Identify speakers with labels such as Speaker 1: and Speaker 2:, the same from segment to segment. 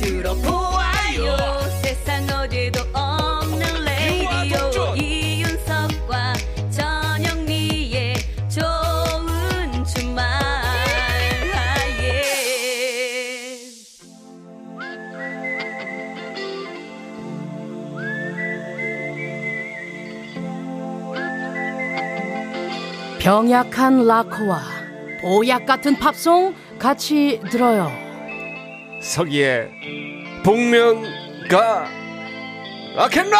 Speaker 1: 들어보아요 세상 어디도 없는 레이디오
Speaker 2: 유아독존.
Speaker 1: 이윤석과 전영미의 좋은 주말 예.
Speaker 3: 병약한 락커와 보약 같은 팝송 같이 들어요.
Speaker 4: 서기의 복면가 락앤롤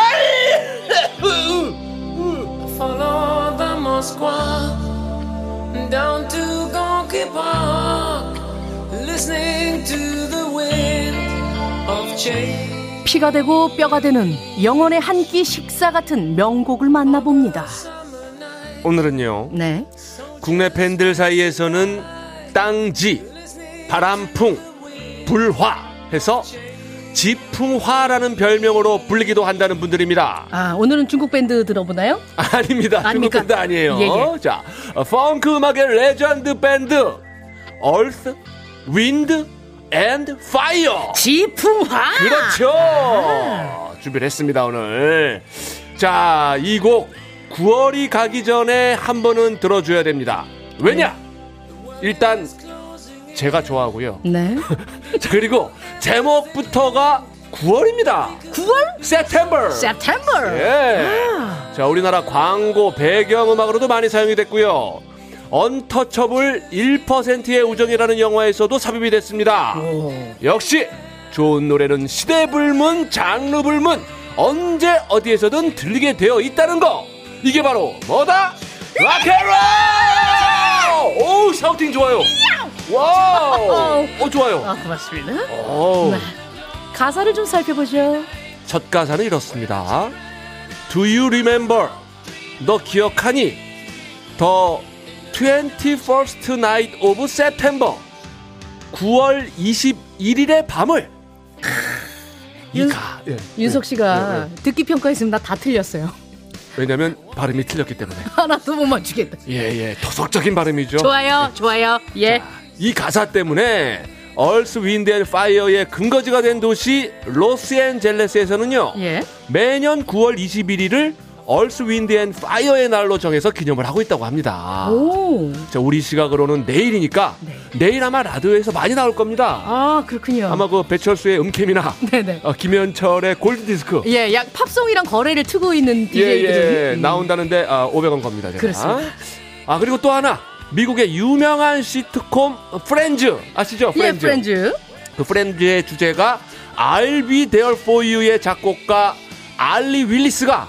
Speaker 5: Follow the Moscow down to Gonky Park, listening to the wind of change.
Speaker 3: 피가 되고 뼈가 되는 영혼의 한 끼 식사 같은 명곡을 만나봅니다.
Speaker 4: 오늘은요
Speaker 3: 네.
Speaker 4: 국내 팬들 사이에서는 땅지 바람풍 불화 해서 지풍화라는 별명으로 불리기도 한다는 분들입니다
Speaker 3: 아, 오늘은 중국 밴드 들어보나요?
Speaker 4: 아닙니다. 중국
Speaker 3: 아닙니까?
Speaker 4: 밴드 아니에요.
Speaker 3: 예, 예.
Speaker 4: 자, 어, 펑크 음악의 레전드 밴드 Earth, Wind and Fire.
Speaker 3: 지풍화!
Speaker 4: 그렇죠. 준비를 했습니다 오늘. 자, 이 곡 9월이 가기 전에 한 번은 들어줘야 됩니다. 왜냐? 일단 제가 좋아하고요.
Speaker 3: 네.
Speaker 4: 자, 그리고 제목부터가 9월입니다.
Speaker 3: 9월
Speaker 4: September.
Speaker 3: September.
Speaker 4: 예. 자, 우리나라 광고 배경음악으로도 많이 사용이 됐고요. 언터처블 1%의 우정이라는 영화에서도 삽입이 됐습니다. 역시 좋은 노래는 시대 불문, 장르 불문, 언제 어디에서든 들리게 되어 있다는 거. 이게 바로 뭐다? 락앤롤! 오, 샤우팅 좋아요. 와우. 어, 좋아요. 네.
Speaker 3: 아, 고맙습니다.
Speaker 4: 오.
Speaker 3: 가사를 좀 살펴보죠.
Speaker 4: 첫 가사는 이렇습니다. Do you remember? 너 기억하니? The 21st night of September. 9월 21일의 밤을.
Speaker 3: 윤-
Speaker 4: 이가. 예.
Speaker 3: 윤석 씨가
Speaker 4: 네,
Speaker 3: 듣기 평가했으면 나 다 틀렸어요.
Speaker 4: 왜냐면 발음이 틀렸기 때문에.
Speaker 3: 하나도 못 맞추겠다.
Speaker 4: 예, 예. 토속적인 발음이죠.
Speaker 3: 좋아요, 좋아요. 예.
Speaker 4: 이 가사 때문에 얼스 윈드 앤 파이어의 근거지가 된 도시 로스앤젤레스에서는요.
Speaker 3: 예.
Speaker 4: 매년 9월 21일을 얼스 윈드 앤 파이어의 날로 정해서 기념을 하고 있다고 합니다.
Speaker 3: 오. 네.
Speaker 4: 자, 우리 시각으로는 내일이니까 내일 아마 라디오에서 많이 나올 겁니다.
Speaker 3: 아, 그렇군요.
Speaker 4: 아마 그 배철수의 음캠이나
Speaker 3: 네네.
Speaker 4: 어, 김현철의 골드디스크
Speaker 3: 예, 약 팝송이랑 거래를 트고 있는 DJ들이 음.
Speaker 4: 예, 예, 나온다는데 아, 500원 겁니다. 제가.
Speaker 3: 그렇습니다.
Speaker 4: 아 그리고 또 하나 미국의 유명한 시트콤 프렌즈 아시죠?
Speaker 3: 예,
Speaker 4: 프렌즈.
Speaker 3: 프렌즈.
Speaker 4: 그 프렌즈의 주제가 I'll be there for you의 작곡가 알리 윌리스가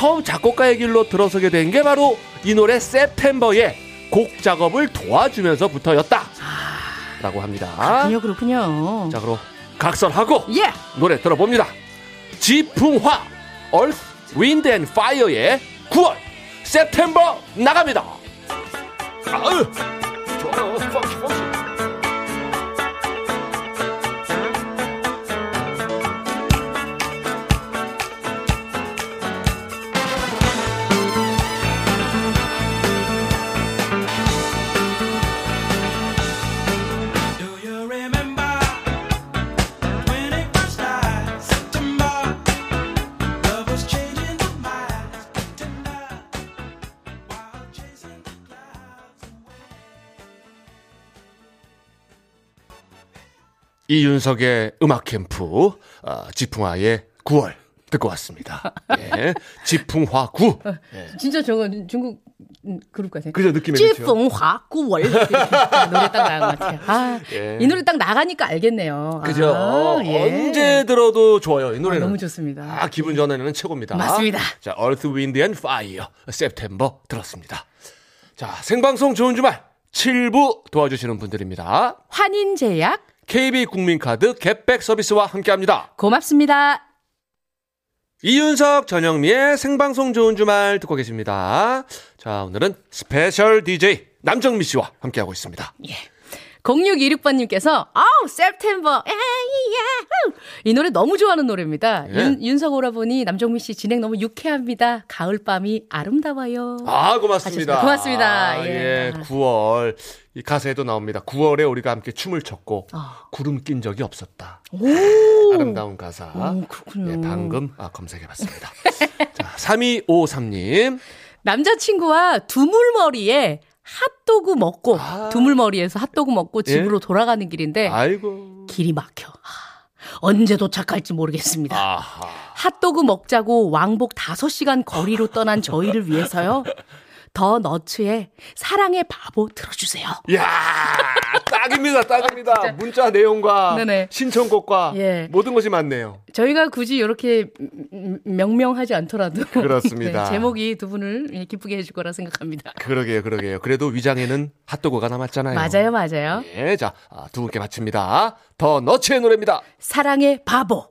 Speaker 4: 처음 작곡가의 길로 들어서게 된 게 바로 이 노래 세템버의 곡 작업을 도와주면서부터였다. 라고 합니다.
Speaker 3: 아, 그렇군요, 그렇군요.
Speaker 4: 자, 그럼 각설하고
Speaker 3: 예.
Speaker 4: 노래 들어봅니다. 지풍화, Earth, Wind and Fire의 9월, September 나갑니다. 아유, 좋아요. 펑키, 펑키.
Speaker 2: Do you remember when it first started? September, love was changing the mind, let's pretend not. While chasing the clouds away.
Speaker 4: 이윤석의 음악 캠프 어, 지풍화의 9월 듣고 왔습니다. 예, 지풍화 9.
Speaker 3: 진짜 저거 중국 음, 그룹 같아요.
Speaker 4: 예. 그죠 느낌이 그렇죠.
Speaker 3: 찌풍화 구월 노래 딱 나간 것 같아요. 아,
Speaker 4: 예.
Speaker 3: 이 노래 딱 나가니까 알겠네요.
Speaker 4: 그죠.
Speaker 3: 아, 예.
Speaker 4: 언제 들어도 좋아요 이 노래는.
Speaker 3: 너무 좋습니다.
Speaker 4: 아 기분 전환에는 최고입니다.
Speaker 3: 맞습니다.
Speaker 4: 자, Earth, Wind and Fire, September 들었습니다. 자, 생방송 좋은 주말 7부 도와주시는 분들입니다.
Speaker 3: 환인제약
Speaker 4: KB 국민카드 갭백 서비스와 함께합니다.
Speaker 3: 고맙습니다.
Speaker 4: 이윤석, 전영미의 생방송 좋은 주말 듣고 계십니다. 자, 오늘은 스페셜 DJ 남정미 씨와 함께하고 있습니다.
Speaker 3: 0626번님께서, 아우, September. 에이야. 이 노래 너무 좋아하는 노래입니다.
Speaker 4: 예.
Speaker 3: 윤, 윤석 오라보니 남정민 씨 진행 너무 유쾌합니다. 가을밤이 아름다워요.
Speaker 4: 아, 고맙습니다.
Speaker 3: 하셨습니다. 고맙습니다.
Speaker 4: 아,
Speaker 3: 예.
Speaker 4: 예. 9월. 이 가사에도 나옵니다. 9월에 우리가 함께 춤을 췄고,
Speaker 3: 아.
Speaker 4: 구름 낀 적이 없었다. 아름다운 가사.
Speaker 3: 오, 그렇군요.
Speaker 4: 예, 방금 아, 검색해봤습니다. 자, 3253님.
Speaker 3: 남자친구와 두물머리에 핫도그 먹고,
Speaker 4: 아.
Speaker 3: 두물머리에서 핫도그 먹고
Speaker 4: 예.
Speaker 3: 집으로 돌아가는 길인데,
Speaker 4: 아이고.
Speaker 3: 길이 막혀. 하, 언제 도착할지 모르겠습니다.
Speaker 4: 아하.
Speaker 3: 핫도그 먹자고 왕복 5시간 거리로 떠난 저희를 위해서요. 더 너츠의 사랑의 바보 틀어주세요.
Speaker 4: 이야, 딱입니다, 딱입니다. 문자 내용과
Speaker 3: 네네.
Speaker 4: 신청곡과
Speaker 3: 예.
Speaker 4: 모든 것이 맞네요.
Speaker 3: 저희가 굳이 이렇게 음, 명명하지 않더라도
Speaker 4: 그렇습니다.
Speaker 3: 네, 제목이 두 분을 기쁘게 해줄 거라 생각합니다.
Speaker 4: 그러게요, 그러게요. 그래도 위장에는 핫도그가 남았잖아요.
Speaker 3: 맞아요, 맞아요.
Speaker 4: 예, 자, 아, 두 분께 마칩니다. 더 너츠의 노래입니다.
Speaker 3: 사랑의 바보.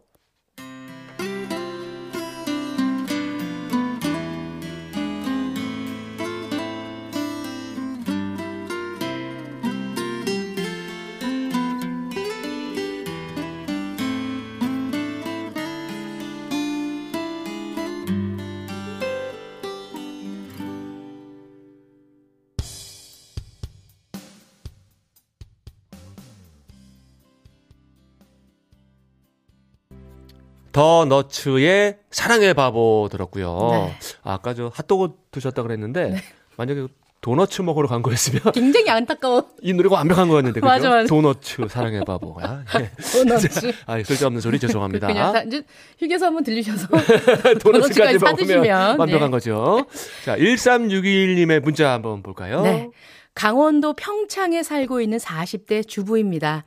Speaker 4: 더 너츠의 사랑의 바보 들었고요.
Speaker 3: 네.
Speaker 4: 아까 저 핫도그 드셨다 그랬는데 만약에 도너츠 먹으러 간 거였으면
Speaker 3: 굉장히 안타까워.
Speaker 4: 이 노래가 완벽한 거였는데 그죠?
Speaker 3: 맞아, 맞아.
Speaker 4: 도너츠 사랑의 바보. 아, 예.
Speaker 3: 도너츠.
Speaker 4: 아, 쓸데없는 소리 죄송합니다.
Speaker 3: 그냥 다, 이제 휴게소 한번 들리셔서
Speaker 4: 도너츠까지
Speaker 3: 도너츠까지
Speaker 4: 먹으면
Speaker 3: 사드시면,
Speaker 4: 완벽한
Speaker 3: 네.
Speaker 4: 거죠. 자, 1361님의 문자 한번 볼까요?
Speaker 3: 네. 강원도 평창에 살고 있는 40대 주부입니다.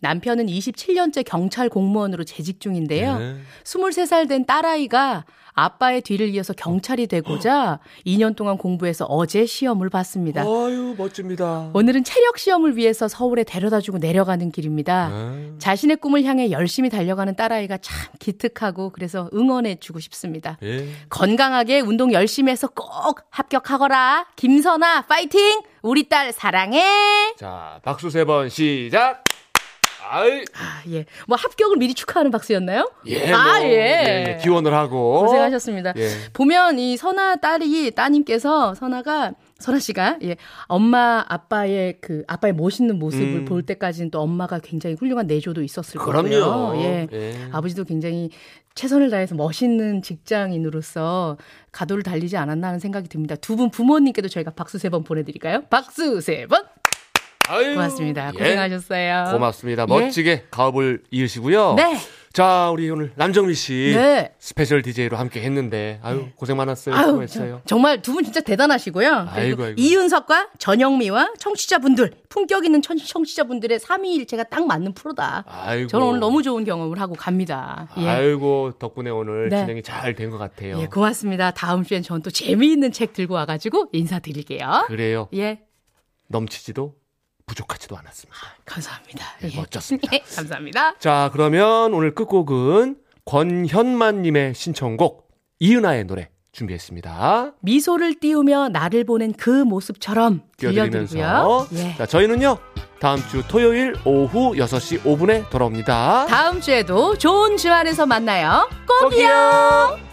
Speaker 3: 남편은 27년째 경찰 공무원으로 재직 중인데요.
Speaker 4: 네.
Speaker 3: 23살 된 딸아이가 아빠의 뒤를 이어서 경찰이 되고자 2년 동안 공부해서 어제 시험을 봤습니다.
Speaker 4: 아유, 멋집니다.
Speaker 3: 오늘은 체력 시험을 위해서 서울에 데려다 주고 내려가는 길입니다.
Speaker 4: 아,
Speaker 3: 자신의 꿈을 향해 열심히 달려가는 딸아이가 참 기특하고 그래서 응원해 주고 싶습니다.
Speaker 4: 예.
Speaker 3: 건강하게 운동 열심히 해서 꼭 합격하거라. 김선아, 파이팅! 우리 딸 사랑해!
Speaker 4: 자, 박수 세 번 시작. 아이,
Speaker 3: 아, 예. 뭐 합격을 미리 축하하는 박수였나요?
Speaker 4: 예, 뭐,
Speaker 3: 아,
Speaker 4: 예, 예, 기원을 하고
Speaker 3: 고생하셨습니다.
Speaker 4: 예.
Speaker 3: 보면 이 선아 딸이 따님께서 선아가 선아 씨가 예 엄마 아빠의 그 아빠의 멋있는 모습을
Speaker 4: 음.
Speaker 3: 볼 때까지는 또 엄마가 굉장히 훌륭한 내조도 있었을
Speaker 4: 그럼요.
Speaker 3: 거고요. 예.
Speaker 4: 예.
Speaker 3: 아버지도 굉장히 최선을 다해서 멋있는 직장인으로서 가도를 달리지 않았나 하는 생각이 듭니다. 두 분 부모님께도 저희가 박수 세 번 보내드릴까요? 박수 세 번.
Speaker 4: 아유.
Speaker 3: 고맙습니다.
Speaker 4: 예.
Speaker 3: 고생하셨어요.
Speaker 4: 고맙습니다.
Speaker 3: 예.
Speaker 4: 멋지게 가업을 이으시고요.
Speaker 3: 네.
Speaker 4: 자, 우리 오늘 남정미 씨
Speaker 3: 네.
Speaker 4: 스페셜 DJ로 함께 했는데 아유, 고생 많았어요.
Speaker 3: 아유,
Speaker 4: 수고했어요.
Speaker 3: 저- 정말 두 분 진짜 대단하시고요.
Speaker 4: 아이고,
Speaker 3: 그리고
Speaker 4: 아이고.
Speaker 3: 이윤석과 전영미와 청취자분들, 품격 있는 청, 청취자분들의 3위일체가 딱 맞는 프로다.
Speaker 4: 아이고.
Speaker 3: 저는 오늘 너무 좋은 경험을 하고 갑니다. 예.
Speaker 4: 아이고, 덕분에 오늘
Speaker 3: 네.
Speaker 4: 진행이 잘 된 것 같아요.
Speaker 3: 예, 고맙습니다. 다음 주엔 전 또 재미있는 책 들고 와가지고 인사드릴게요.
Speaker 4: 그래요.
Speaker 3: 예,
Speaker 4: 넘치지도 부족하지도 않았습니다.
Speaker 3: 감사합니다.
Speaker 4: 예,
Speaker 3: 예.
Speaker 4: 멋졌습니다.
Speaker 3: 예, 감사합니다.
Speaker 4: 자, 그러면 오늘 끝곡은 권현만님의 신청곡 이은아의 노래 준비했습니다.
Speaker 3: 미소를 띄우며 나를 보낸 그 모습처럼
Speaker 4: 띄워드리면서.
Speaker 3: 들려드리고요. 예.
Speaker 4: 자, 저희는요, 다음 주 토요일 오후 6시 5분에 돌아옵니다.
Speaker 3: 다음 주에도 좋은 주안에서 만나요. 꼭이요.
Speaker 4: 꼭이요.